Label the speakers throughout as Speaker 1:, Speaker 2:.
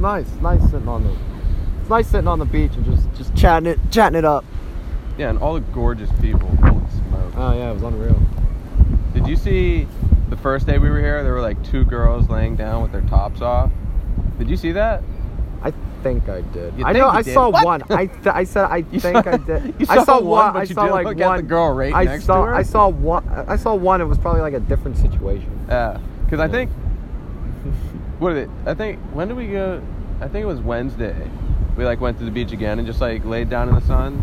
Speaker 1: nice. It's nice sitting on the. It's nice sitting on the beach and just just chatting it chatting it up.
Speaker 2: Yeah, and all the gorgeous people. Holy smokes.
Speaker 1: Oh yeah, it was unreal.
Speaker 2: Did you see the first day we were here? There were like two girls laying down with their tops off. Did you see that?
Speaker 1: I think I did.
Speaker 2: You
Speaker 1: I
Speaker 2: think
Speaker 1: know
Speaker 2: you
Speaker 1: I
Speaker 2: did?
Speaker 1: saw
Speaker 2: What?
Speaker 1: one. I th- I said I
Speaker 2: You
Speaker 1: think
Speaker 2: saw-
Speaker 1: I did.
Speaker 2: you
Speaker 1: I
Speaker 2: saw
Speaker 1: saw
Speaker 2: one,
Speaker 1: one.
Speaker 2: but
Speaker 1: I
Speaker 2: you
Speaker 1: saw
Speaker 2: didn't
Speaker 1: like
Speaker 2: look at the
Speaker 1: one
Speaker 2: girl right
Speaker 1: I
Speaker 2: next to
Speaker 1: saw,
Speaker 2: her?
Speaker 1: I saw one. I saw one. It was probably like a different situation.
Speaker 2: Yeah. Because I
Speaker 1: Yeah.
Speaker 2: think. What did it? I think. When did we go? I think it was Wednesday. We like went to the beach again and just like laid down in the sun.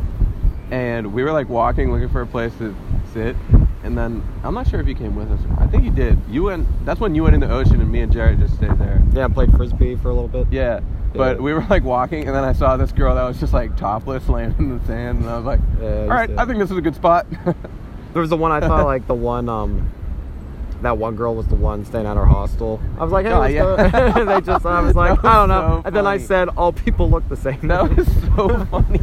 Speaker 2: And we were like walking looking for a place to sit. And then I'm not sure if you came with us. I think you did. You went. That's when you went in the ocean and me and Jared just stayed there.
Speaker 1: Yeah, I played frisbee for a little bit.
Speaker 2: Yeah. But
Speaker 1: Yeah.
Speaker 2: we were like walking, and then I saw this girl that was just like topless laying in the sand, and I was like,
Speaker 1: Yeah,
Speaker 2: "All
Speaker 1: you
Speaker 2: right,
Speaker 1: said.
Speaker 2: I think this is a good spot."
Speaker 1: There was the one I thought like the one um that one girl was the one staying at our hostel. I was like, hey,
Speaker 2: Oh,
Speaker 1: what's
Speaker 2: yeah.
Speaker 1: up? And they just I was like,
Speaker 2: That
Speaker 1: I
Speaker 2: was
Speaker 1: don't know.
Speaker 2: so
Speaker 1: and then I
Speaker 2: funny.
Speaker 1: said all people look the same.
Speaker 2: that was so funny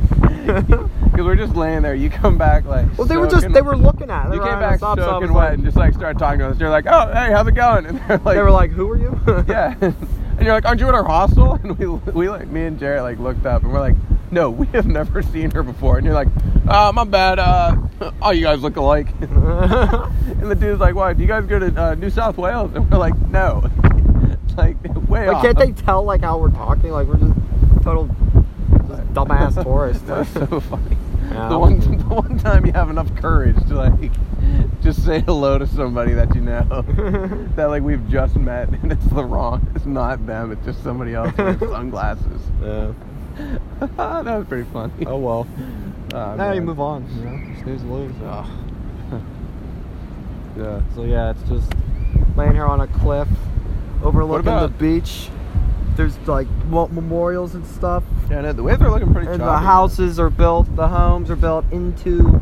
Speaker 2: because we're just laying there. You come back like,
Speaker 1: Well, they were
Speaker 2: soaking-
Speaker 1: just they were looking at. it. They
Speaker 2: You
Speaker 1: were
Speaker 2: came
Speaker 1: eyeing
Speaker 2: back
Speaker 1: us up, so I was
Speaker 2: soaking
Speaker 1: like-
Speaker 2: wet and just like started talking to us. You're like, "Oh, hey, how's it going?" And they're like,
Speaker 1: they were like, who are you?
Speaker 2: "Yeah," and you're like, "Aren't you at our hostel?" And we we like me and Jared like looked up and we're like, "No, we have never seen her before." And you're like, "Uh, my bad. Uh, all you guys look alike." And the dude's like, "Why? Do you guys go to uh, New South Wales?" And we're like, "No." like, way
Speaker 1: Like,
Speaker 2: off.
Speaker 1: can't they tell like how we're talking? Like we're just total just dumbass tourists.
Speaker 2: That was
Speaker 1: Like,
Speaker 2: so funny.
Speaker 1: Yeah,
Speaker 2: the
Speaker 1: I
Speaker 2: one,
Speaker 1: wouldn't.
Speaker 2: the one time you have enough courage to like just say hello to somebody that you know that like we've just met, and it's the wrong, it's not them, it's just somebody else with sunglasses.
Speaker 1: yeah.
Speaker 2: that was pretty funny.
Speaker 1: Oh well.
Speaker 2: Ah,
Speaker 1: now you
Speaker 2: man.
Speaker 1: move on. You know, snooze and lose.
Speaker 2: Ah. yeah.
Speaker 1: So yeah, it's just laying here on a cliff, overlooking the
Speaker 2: about-
Speaker 1: beach. There's like mo- memorials and stuff,
Speaker 2: Yeah, no, the waves are looking pretty.
Speaker 1: and the
Speaker 2: choppy, man.
Speaker 1: houses are built. The homes are built into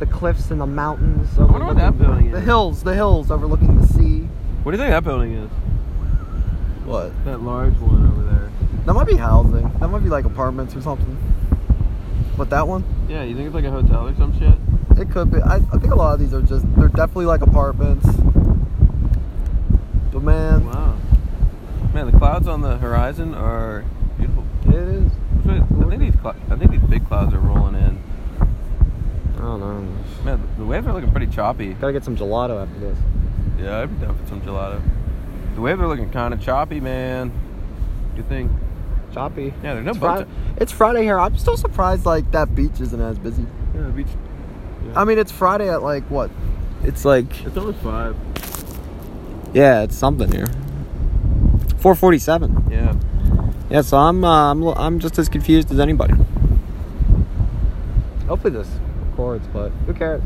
Speaker 1: the cliffs and the mountains. I
Speaker 3: wonder what that building
Speaker 1: The
Speaker 3: is.
Speaker 1: hills, the hills overlooking the sea.
Speaker 3: What do you think that building is?
Speaker 1: What?
Speaker 3: That large one over there.
Speaker 1: That might be housing. That might be like apartments or something. But that one,
Speaker 3: Yeah, you think it's like a hotel or some shit?
Speaker 1: it could be. I, I think a lot of these are just, they're definitely like apartments. But man,
Speaker 3: Wow. Man, the clouds on the horizon are beautiful.
Speaker 1: it is.
Speaker 3: Which way- I think these cl- I think these big clouds are rolling in.
Speaker 1: I don't know.
Speaker 3: Man, the waves are looking pretty choppy.
Speaker 1: Gotta get some gelato after this.
Speaker 3: Yeah, I'd be down for some gelato. The waves are looking kind of choppy, man. You think?
Speaker 1: Choppy.
Speaker 3: Yeah, there's no
Speaker 1: It's,
Speaker 3: boat.
Speaker 1: Friday, it's Friday here. I'm still surprised like that beach isn't as busy.
Speaker 3: Yeah, the beach.
Speaker 1: I mean, it's Friday at like what? It's like
Speaker 3: It's almost five.
Speaker 1: yeah, it's something here. 4:47.
Speaker 3: Yeah.
Speaker 1: Yeah, so I'm uh, I'm I'm just as confused as anybody. Hopefully this records, but who cares?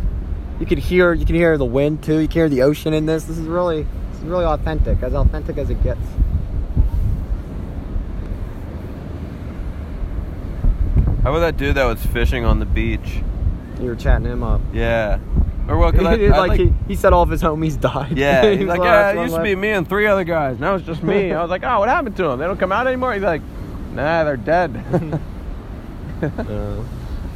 Speaker 1: You can hear you can hear the wind too. You can hear the ocean in this. This is really this is really authentic, as authentic as it gets.
Speaker 3: How about that dude that was fishing on the beach?
Speaker 1: You were chatting him up.
Speaker 3: Yeah. Or well, 'cause I,
Speaker 1: He-
Speaker 3: I
Speaker 1: like, he, he said all of his homies died.
Speaker 3: Yeah,
Speaker 1: He
Speaker 3: he's
Speaker 1: was
Speaker 3: like,
Speaker 1: the
Speaker 3: yeah,
Speaker 1: last
Speaker 3: it
Speaker 1: one
Speaker 3: used to be
Speaker 1: left."
Speaker 3: me and three other guys. Now it's just me. I was like, oh, what happened to them? They don't come out anymore. He's like, nah, they're dead. and
Speaker 1: Uh,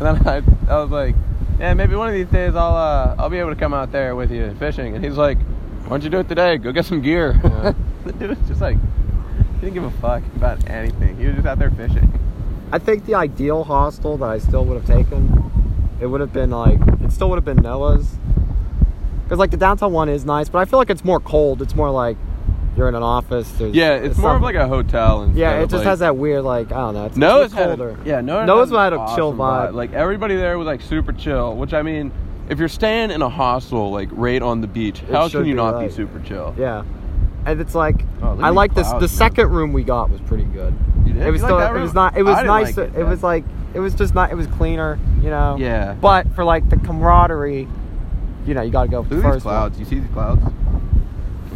Speaker 3: then I, I was like, yeah, maybe one of these days I'll uh, I'll be able to come out there with you fishing. And he's like, why don't you do it today? Go get some gear.
Speaker 1: Yeah.
Speaker 3: the dude was just like, he didn't give a fuck about anything. He was just out there fishing.
Speaker 1: I think the ideal hostel that I still would have taken, it would have been like, it still would have been Noah's. Because, like, the downtown one is nice, but I feel like it's more cold. It's more like you're in an office. there's-
Speaker 2: Yeah, it's, more of
Speaker 1: something.
Speaker 2: like a hotel. Instead
Speaker 1: Yeah, it
Speaker 2: of,
Speaker 1: just
Speaker 2: like-
Speaker 1: has that weird, like, I don't know. It's,
Speaker 2: Noah's
Speaker 1: it's colder.
Speaker 2: Had a, yeah, Noah's,
Speaker 1: Noah's
Speaker 2: had,
Speaker 1: had
Speaker 2: an
Speaker 1: a chill
Speaker 2: awesome
Speaker 1: vibe.
Speaker 2: Like everybody there was like super chill, which I mean, if you're staying in a hostel like right on the beach, how can
Speaker 1: should
Speaker 2: you
Speaker 1: be
Speaker 2: not
Speaker 1: like-
Speaker 2: be super chill?
Speaker 1: Yeah. And it's like,
Speaker 2: Oh, look at
Speaker 1: I
Speaker 2: these
Speaker 1: like this.
Speaker 2: clouds,
Speaker 1: The
Speaker 2: man.
Speaker 1: second room we got was pretty good.
Speaker 2: You did?
Speaker 1: It was
Speaker 2: You like
Speaker 1: still,
Speaker 2: that
Speaker 1: it
Speaker 2: room?
Speaker 1: was not, it
Speaker 2: I
Speaker 1: was
Speaker 2: didn't
Speaker 1: nice.
Speaker 2: like
Speaker 1: it
Speaker 2: it, man.
Speaker 1: was like, it was just not, it was cleaner, you know?
Speaker 2: Yeah.
Speaker 1: But for like the camaraderie, you know, you gotta go
Speaker 3: Look at these
Speaker 1: first. one.
Speaker 3: clouds. You see these clouds?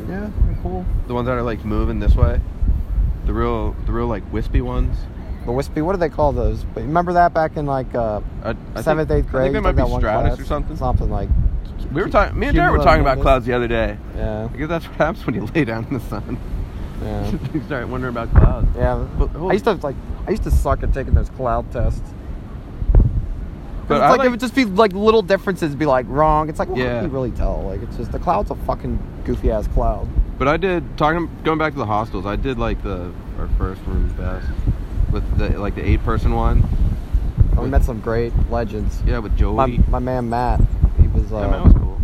Speaker 1: Yeah, cool.
Speaker 3: The ones that are like moving this way. The real, the real like wispy ones.
Speaker 1: The wispy, what do they call those? But remember that back in like uh,
Speaker 3: I, I
Speaker 1: seventh,
Speaker 3: think,
Speaker 1: eighth grade.
Speaker 3: I
Speaker 1: you
Speaker 3: think they
Speaker 1: took
Speaker 3: might
Speaker 1: that
Speaker 3: be
Speaker 1: one
Speaker 3: stratus
Speaker 1: class?
Speaker 3: or something.
Speaker 1: Something like
Speaker 3: We were talking. Me and Jared were talking about
Speaker 1: Cumulonimbus.
Speaker 3: clouds the other day.
Speaker 1: yeah,
Speaker 3: I guess that's what happens when you lay down in the sun.
Speaker 1: yeah,
Speaker 3: you start wondering about clouds.
Speaker 1: yeah.
Speaker 3: But-
Speaker 1: I used to like, I used to suck at taking those cloud tests. 'Cause
Speaker 3: But
Speaker 1: it's
Speaker 3: I
Speaker 1: like, it
Speaker 3: like-
Speaker 1: would just be like little differences, be like wrong. It's like, well,
Speaker 3: Yeah.
Speaker 1: how can you really tell? Like, it's just the cloud's a fucking goofy ass cloud.
Speaker 2: But I did talking going back to the hostels. I did like the our first room best with the like the eight person one.
Speaker 1: We met some great legends.
Speaker 2: Yeah, with Joey.
Speaker 1: My, my man Matt, he was. Uh,
Speaker 2: Yeah, man, that was cool.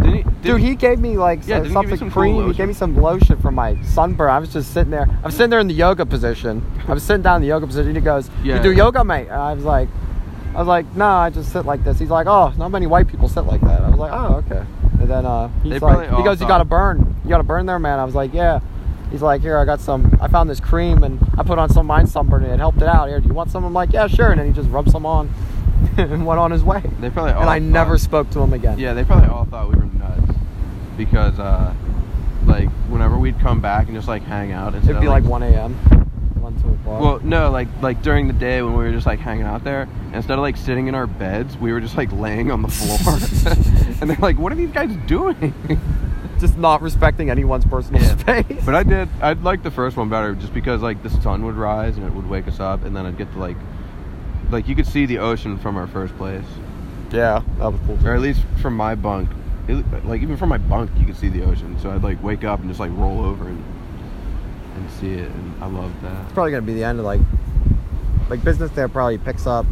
Speaker 2: Didn't he, did
Speaker 1: Dude, he gave me like
Speaker 2: Yeah, didn't he give you
Speaker 1: something
Speaker 2: some cool
Speaker 1: cream. he
Speaker 2: lotion?
Speaker 1: gave me some lotion for my sunburn. I was just sitting there. I'm sitting there in the yoga position. I'm sitting down in the yoga position. He goes, "You
Speaker 2: Yeah.
Speaker 1: do yoga, mate?" And I was like, "I was like, no, I just sit like this." He's like, "Oh, not many white people sit like that." I was like, "Oh, okay." And then uh,
Speaker 2: They
Speaker 1: he's
Speaker 2: probably
Speaker 1: like, "He
Speaker 2: all
Speaker 1: goes, you
Speaker 2: thought-
Speaker 1: got a burn. You got a burn there, man." I was like, "Yeah." He's like, "Here, I got some. I found this cream, and I put on some of mine sunburn, and it helped it out. Here, do you want some?" I'm like, "Yeah, sure." And then he just rubbed some on, and went on his way.
Speaker 2: They probably all
Speaker 1: and I
Speaker 2: thought-
Speaker 1: never spoke to him again.
Speaker 2: Yeah, they probably all thought we were nuts because uh, like whenever we'd come back and just like hang out and
Speaker 1: It'd be like 1 a.m. 1, 2 o'clock.
Speaker 2: Well, no, like like during the day when we were just like hanging out there, instead of like sitting in our beds, we were just like laying on the floor. and they're like, "What are these guys doing?"
Speaker 1: just not respecting anyone's personal
Speaker 2: Yeah.
Speaker 1: space.
Speaker 2: But I did. I liked the first one better, just because like the sun would rise and it would wake us up, and then I'd get to like, like you could see the ocean from our first place,
Speaker 1: yeah, that was cool.
Speaker 2: or at least from my bunk. It- like even from my bunk, you could see the ocean. So I'd like wake up and just like roll over and and see it, and I loved that.
Speaker 1: It's probably gonna be the end of like, like business there probably picks up,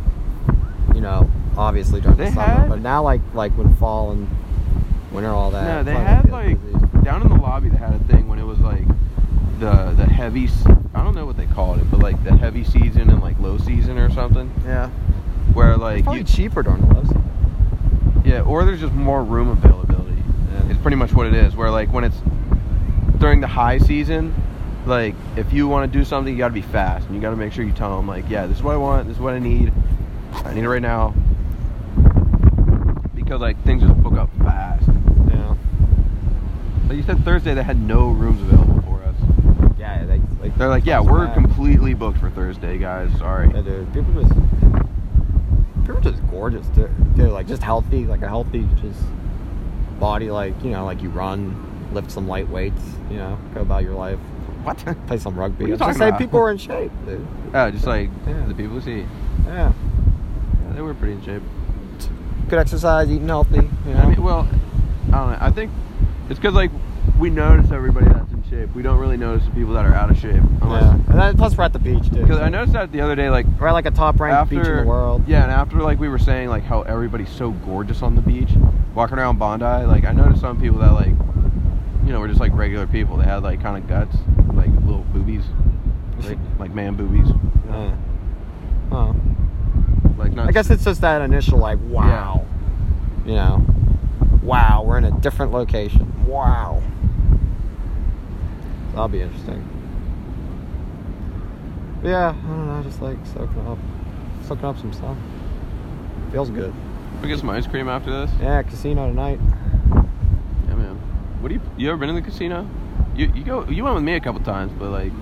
Speaker 1: you know, obviously during the
Speaker 2: They
Speaker 1: summer.
Speaker 2: had-
Speaker 1: But now like like when fall and winter all that.
Speaker 2: No,
Speaker 1: it's
Speaker 2: they
Speaker 1: probably
Speaker 2: had
Speaker 1: gonna be
Speaker 2: like
Speaker 1: as busy.
Speaker 2: down in the lobby. They had a thing when it was like the the heavy. s- I don't know what they called it, but like the heavy season and like low season or something,
Speaker 1: yeah,
Speaker 2: where like
Speaker 1: probably
Speaker 2: you,
Speaker 1: cheaper during the low season.
Speaker 2: yeah, or there's just more room availability. It's pretty much what it is. Where like when it's during the high season, like if you want to do something, you got to be fast and you got to make sure you tell them like, yeah, this is what I want, this is what I need, I need it right now, because like things just book up fast.
Speaker 1: Yeah,
Speaker 2: Like you said Thursday, they had no rooms available for us.
Speaker 1: yeah, they, like
Speaker 2: They're like, yeah,
Speaker 1: so
Speaker 2: we're
Speaker 1: bad.
Speaker 2: completely booked for Thursday, guys. Sorry.
Speaker 1: Yeah, dude, people just people just gorgeous. They're, they're like just healthy, like a healthy just body. Like you know, like you run, lift some light weights. You know, go about your life,
Speaker 2: What?
Speaker 1: play some
Speaker 2: What
Speaker 1: rugby.
Speaker 2: are you
Speaker 1: I'm just
Speaker 2: talking
Speaker 1: saying
Speaker 2: about?
Speaker 1: people are in shape, dude.
Speaker 2: oh, just like
Speaker 1: Yeah.
Speaker 2: the people see. Yeah,
Speaker 1: Yeah,
Speaker 2: they were pretty in shape.
Speaker 1: good exercise, eating healthy. You know,
Speaker 2: I mean, well, I don't know. I think it's because like we notice everybody that's in shape. We don't really notice the people that are out of shape.
Speaker 1: yeah.
Speaker 2: Unless,
Speaker 1: And then, plus we're at the beach, dude.
Speaker 2: Because
Speaker 1: so-
Speaker 2: I noticed that the other day, like
Speaker 1: we're at like a top ranked
Speaker 2: after
Speaker 1: beach in the world.
Speaker 2: Yeah, and after like we were saying like how everybody's so gorgeous on the beach, walking around Bondi, like I noticed some people that like, you know, were just like regular people. They had like kind of guts, like little boobies, like, like man boobies.
Speaker 1: Yeah. Huh.
Speaker 2: Like not.
Speaker 1: I guess it's just that initial like wow. You know. Wow, we're in a different location. Wow. That'll be interesting. But yeah, I don't know, just like soaking up soaking up some stuff. Feels good.
Speaker 2: We get some ice cream after this.
Speaker 1: Yeah, casino tonight.
Speaker 2: Yeah, man. What do you? You ever been in the casino? You you go. You went with me a couple times, but like.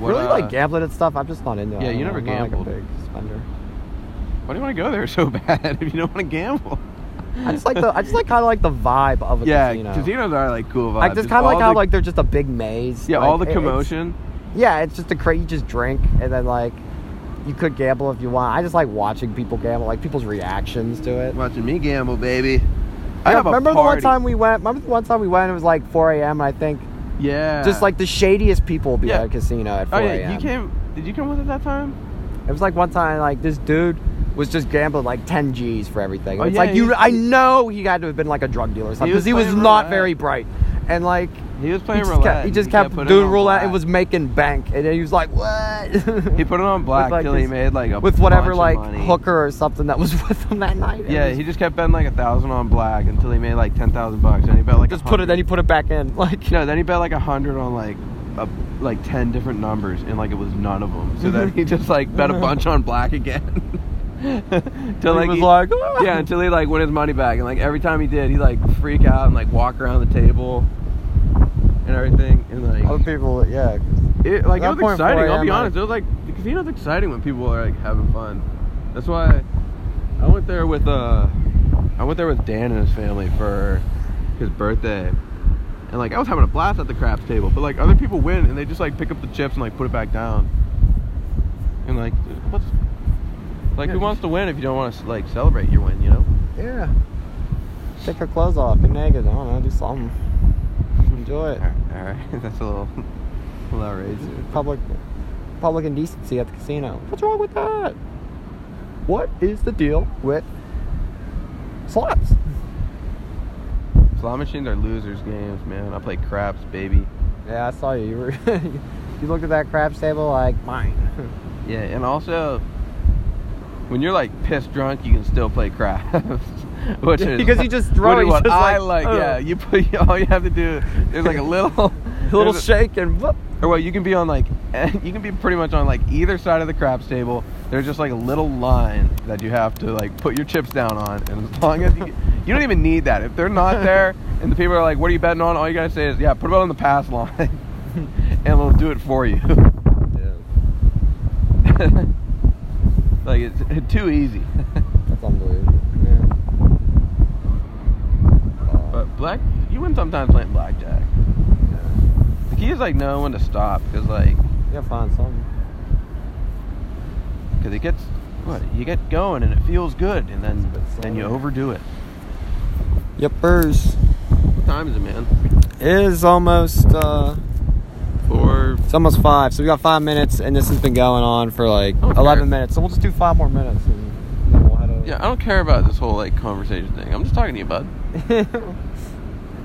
Speaker 2: What,
Speaker 1: really
Speaker 2: uh,
Speaker 1: like gambling and stuff. I'm just not into it.
Speaker 2: Yeah,
Speaker 1: I don't
Speaker 2: you
Speaker 1: know,
Speaker 2: never
Speaker 1: I'm not,
Speaker 2: gambled.
Speaker 1: like a big spender.
Speaker 2: Why do you want to go there so bad if you don't want to gamble?
Speaker 1: I just like the I just like kinda like the vibe of a
Speaker 2: yeah,
Speaker 1: casino.
Speaker 2: casinos are like cool vibes.
Speaker 1: I just
Speaker 2: It's
Speaker 1: kind of like
Speaker 2: all
Speaker 1: how
Speaker 2: the-
Speaker 1: like they're just a big maze.
Speaker 2: yeah,
Speaker 1: Like,
Speaker 2: all the
Speaker 1: it- it's-
Speaker 2: commotion.
Speaker 1: Yeah, it's just a cra You just drink, and then like you could gamble if you want. I just like watching people gamble, like people's reactions to it.
Speaker 2: Watching me gamble, baby. I
Speaker 1: Yeah,
Speaker 2: have a
Speaker 1: remember the one
Speaker 2: party.
Speaker 1: time we went? Remember the one time we went? It was like 4 a.m. I think
Speaker 2: Yeah.
Speaker 1: just like the shadiest people would be
Speaker 2: Yeah.
Speaker 1: at a casino at 4
Speaker 2: Oh
Speaker 1: a.m.
Speaker 2: yeah, you came. Did you come with us that time?
Speaker 1: It was like one time, like this dude was just gambling like 10 G's for everything.
Speaker 2: Oh,
Speaker 1: it's
Speaker 2: yeah,
Speaker 1: like you,
Speaker 2: he-
Speaker 1: I know he had to have been like a drug dealer or something
Speaker 2: was
Speaker 1: because he was,
Speaker 2: playing
Speaker 1: not
Speaker 2: roulette.
Speaker 1: very bright, and like.
Speaker 2: He was
Speaker 1: He
Speaker 2: playing
Speaker 1: just
Speaker 2: roulette.
Speaker 1: kept, he
Speaker 2: and
Speaker 1: just kept,
Speaker 2: putting
Speaker 1: doing
Speaker 2: on
Speaker 1: roulette. It
Speaker 2: black.
Speaker 1: was making bank, and then he was like, "What?"
Speaker 2: He put it on black
Speaker 1: like,
Speaker 2: till he
Speaker 1: his-
Speaker 2: made like a
Speaker 1: with
Speaker 2: bunch
Speaker 1: whatever
Speaker 2: of
Speaker 1: like
Speaker 2: money.
Speaker 1: hooker or something that was with him that night. It
Speaker 2: Yeah,
Speaker 1: was-
Speaker 2: he just kept betting like a thousand on black until he made like ten thousand bucks, and he bet like
Speaker 1: just put it. Then he
Speaker 2: 100.
Speaker 1: put it back in. Like
Speaker 2: no, then he bet like a hundred on like a, like ten different numbers, and like it was none of them. So then he just like bet a bunch on black again. till
Speaker 1: He
Speaker 2: like
Speaker 1: was like, "Ah."
Speaker 2: yeah, until he like won his money back, and like every time he did, he like freak out and like walk around the table and everything, and
Speaker 1: other
Speaker 2: like
Speaker 1: people, yeah.
Speaker 2: it like it
Speaker 1: At that
Speaker 2: was
Speaker 1: point,
Speaker 2: exciting. I'll
Speaker 1: 4
Speaker 2: be
Speaker 1: a.m.,
Speaker 2: honest, it was like the casino's exciting when people are like having fun. That's why I went there with uh I went there with Dan and his family for his birthday. And like I was having a blast at the craps table, but like other people win and they just like pick up the chips and like put it back down. And like what's like who wants to win if you don't want to like celebrate your win, you know?
Speaker 1: Yeah. Take her clothes off, be naked. I don't know, do something. Enjoy it.
Speaker 2: All right, all right. that's a little, a little outrageous.
Speaker 1: Public, public indecency at the casino. What's wrong with that? What is the deal with slots?
Speaker 2: Slot machines are losers' games, man. I play craps, baby.
Speaker 1: Yeah, I saw you. You, were you looked at that craps table like mine.
Speaker 2: Yeah, and also, when you're like pissed drunk, you can still play craps. Which is
Speaker 1: Because you just throw
Speaker 2: which is
Speaker 1: it, you
Speaker 2: what
Speaker 1: just
Speaker 2: I
Speaker 1: like,
Speaker 2: like.
Speaker 1: oh.
Speaker 2: Yeah, you put all you have to do. There's like a little,
Speaker 1: a little
Speaker 2: there's
Speaker 1: shake and whoop.
Speaker 2: or well, you can be on like, you can be pretty much on like either side of the craps table. There's just like a little line that you have to like put your chips down on, and as long as you, you don't even need that. If they're not there, and the people are like, "What are you betting on?" All you gotta say is, "Yeah, put it on the pass line," and it'll do it for you. like it's, it's too easy.
Speaker 1: That's unbelievable. Yeah.
Speaker 2: But black, you win sometimes playing blackjack. The key is like knowing when to stop, because like,
Speaker 1: yeah, find something.
Speaker 2: because it gets, what you get going and it feels good, and then then you overdo it.
Speaker 1: Yippers.
Speaker 2: What time is it, man?
Speaker 1: It is almost uh
Speaker 2: Four.
Speaker 1: it's almost five, so we got five minutes and this has been going on for like
Speaker 2: Okay.
Speaker 1: eleven minutes. So we'll just do five more minutes and then we'll head over.
Speaker 2: Yeah, I don't care about this whole like conversation thing. I'm just talking to you, bud.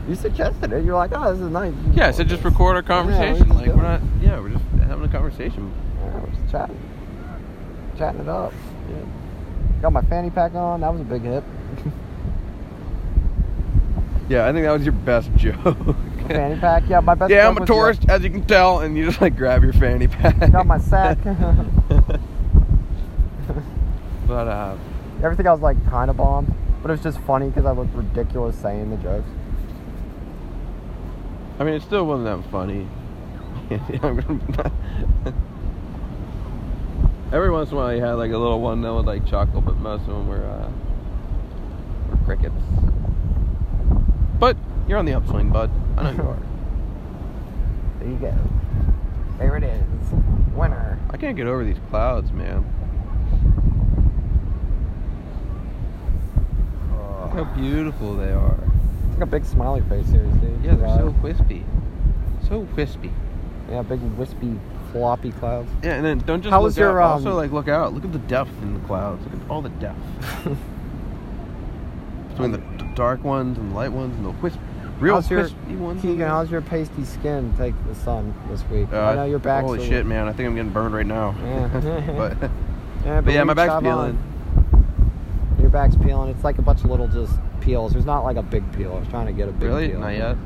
Speaker 1: you suggested it. You're like, oh, this is nice.
Speaker 2: Yeah, I said just record our conversation.
Speaker 1: just
Speaker 2: like we're not.
Speaker 1: doing
Speaker 2: Yeah, we're just having a conversation.
Speaker 1: Yeah, we're just chatting, chatting it up. Got my fanny pack on. That was a big hit.
Speaker 2: Yeah, I think that was your best joke.
Speaker 1: fanny pack. Yeah, my best.
Speaker 2: yeah,
Speaker 1: friend
Speaker 2: I'm a
Speaker 1: was, yeah,
Speaker 2: tourist, as you can tell, and you just like grab your fanny pack.
Speaker 1: Got my sack.
Speaker 2: but uh,
Speaker 1: Everything I was like kind of bombed, but it was just funny because I looked ridiculous saying the jokes.
Speaker 2: I mean, it still wasn't that funny. I'm gonna- Every once in a while, you had like a little one that would like chuckle, but most of them were, uh, were crickets. But you're on the upswing, bud. I know you are.
Speaker 1: There you go. There it is. Winner.
Speaker 2: I can't get over these clouds, man. Look how beautiful they are.
Speaker 1: It's like a big smiley face, seriously.
Speaker 2: Yeah, they're so
Speaker 1: Wow.
Speaker 2: wispy. So wispy.
Speaker 1: Yeah, big wispy, floppy clouds.
Speaker 2: Yeah, and then don't just
Speaker 1: How
Speaker 2: look
Speaker 1: was your,
Speaker 2: out.
Speaker 1: um,
Speaker 2: also like look out. Look at the depth in the clouds. Look at all the depth. Between the d- dark ones and the light ones and the crisp, real
Speaker 1: how's your,
Speaker 2: crispy ones.
Speaker 1: Keegan, how's your pasty skin take the sun this week?
Speaker 2: Uh,
Speaker 1: I know your back's
Speaker 2: Holy
Speaker 1: a
Speaker 2: shit, man! I think I'm getting burned right now.
Speaker 1: Yeah.
Speaker 2: but, but
Speaker 1: little- Yeah,
Speaker 2: yeah,
Speaker 1: we
Speaker 2: my back's
Speaker 1: shot on.
Speaker 2: peeling.
Speaker 1: Your back's peeling. It's like a bunch of little just peels. There's not like a big peel. I was trying to get a big
Speaker 2: Really?
Speaker 1: peel.
Speaker 2: Not yet.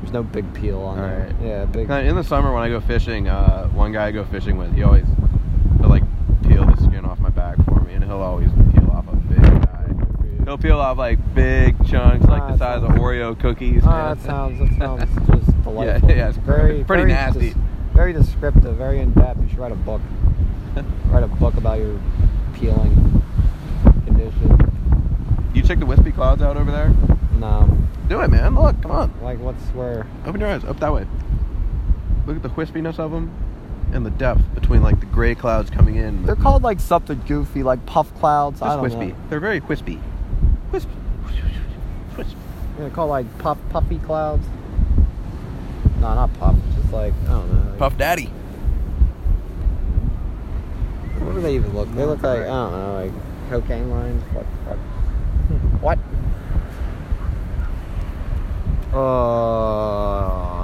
Speaker 1: There's no big peel on
Speaker 2: All
Speaker 1: there.
Speaker 2: right.
Speaker 1: Yeah, big.
Speaker 2: Kinda In the summer when I go fishing, uh, one guy I go fishing with, he always will, like peel the skin off my back for me, and he'll always peel off a big guy. He'll peel off like big chunks, like
Speaker 1: Ah,
Speaker 2: the size of
Speaker 1: sounds-
Speaker 2: Oreo cookies.
Speaker 1: Ah,
Speaker 2: man.
Speaker 1: that sounds that sounmes just delightful.
Speaker 2: yeah, it's pretty- pretty nasty.
Speaker 1: des- very descriptive, very in depth. You should write a book. write a book about your peeling condition.
Speaker 2: You check the wispy clouds out over there?
Speaker 1: No,
Speaker 2: Do it, man. Look, come on.
Speaker 1: um, like what's where?
Speaker 2: Open your eyes. Up that way. Look at the wispiness of them and the depth between like the gray clouds coming in.
Speaker 1: They're called like something goofy, like puff clouds. I
Speaker 2: Just
Speaker 1: don't
Speaker 2: wispy.
Speaker 1: know.
Speaker 2: They're very wispy. Wisp. Wisp.
Speaker 1: They're called like puff puffy clouds. No, not puff. Just like I don't know. like-
Speaker 2: Puff Daddy.
Speaker 1: What do they even look? They look like I don't know, like cocaine lines. What? What? what?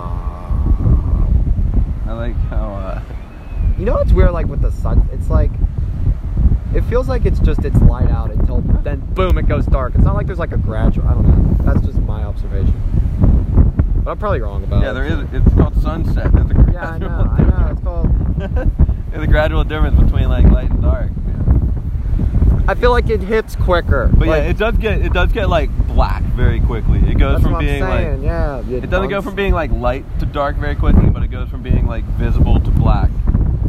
Speaker 1: Uh.
Speaker 2: I like how. Uh,
Speaker 1: You know what's weird? Like with the sun, it's like it feels like it's just it's light out until then boom it goes dark. It's not like there's like a gradual. I don't know. That's just my observation. But I'm probably wrong about
Speaker 2: yeah,
Speaker 1: it.
Speaker 2: there is. It's called sunset. That's a gradual
Speaker 1: Yeah, I know. I know. It's called.
Speaker 2: difference. There's a gradual difference between like light and dark.
Speaker 1: I feel like it hits quicker.
Speaker 2: But
Speaker 1: like,
Speaker 2: yeah, it does get it does get like black very quickly. It goes
Speaker 1: that's
Speaker 2: from
Speaker 1: what
Speaker 2: being
Speaker 1: I'm
Speaker 2: like
Speaker 1: saying. yeah,
Speaker 2: It doesn't go from being like light to dark very quickly, but it goes from being like visible to black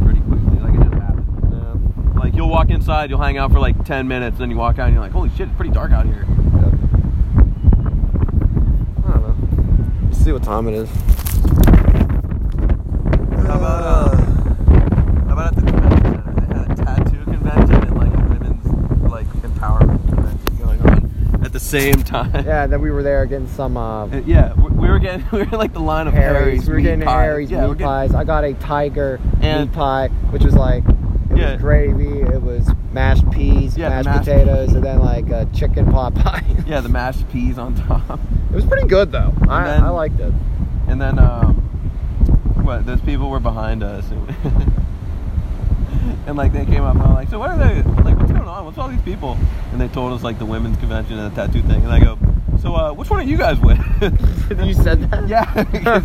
Speaker 2: pretty quickly. Like it just happens.
Speaker 1: Yeah.
Speaker 2: Like you'll walk inside, you'll hang out for like 10 minutes, then you walk out and you're like, holy shit, it's pretty dark out here.
Speaker 1: I don't know. Let's see what time it is.
Speaker 2: How about, uh, how about at the convention center? They had a tattoo convention and like a women's like empowerment convention going on at the same time.
Speaker 1: Yeah, then we were there getting some uh,
Speaker 2: Uh, Yeah, we we were getting we were in like the line of Harry's.
Speaker 1: Harry's. We were
Speaker 2: meat
Speaker 1: getting
Speaker 2: pies.
Speaker 1: Harry's
Speaker 2: yeah, we're
Speaker 1: meat
Speaker 2: getting-
Speaker 1: pies. I got a tiger
Speaker 2: And-
Speaker 1: meat pie, which was like it
Speaker 2: Yeah.
Speaker 1: was gravy, it was mashed peas,
Speaker 2: Yeah,
Speaker 1: mashed,
Speaker 2: mashed-
Speaker 1: potatoes, and then like a chicken pot pie.
Speaker 2: Yeah, the mashed peas on top,
Speaker 1: it was pretty good though. I,
Speaker 2: then-
Speaker 1: I liked it.
Speaker 2: and then um, what? Those people were behind us, and, and like they came up and I'm like, so what are they? Like, what's going on? What's all these people? And they told us like the women's convention and the tattoo thing, and I go, so uh, which one are you guys with?
Speaker 1: you said that?
Speaker 2: Yeah, because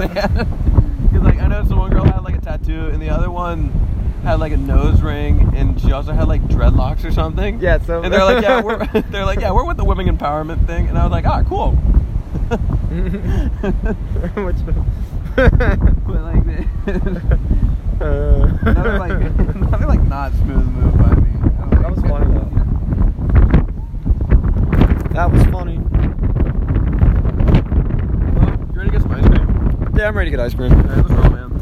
Speaker 2: like I noticed the one girl had like a tattoo, and the other one had like a nose ring, and she also had like dreadlocks or something.
Speaker 1: Yeah, so-
Speaker 2: and they're like, yeah, we're they're like, yeah, we're with the women empowerment thing, and I was like, ah, cool.
Speaker 1: Which
Speaker 2: But like, another
Speaker 1: uh,
Speaker 2: like another like not smooth move by me.
Speaker 1: That was funny, though. that was funny.
Speaker 2: Well, you ready to get some ice cream?
Speaker 1: Yeah, I'm ready to get ice cream.
Speaker 2: All right, let's roll, man.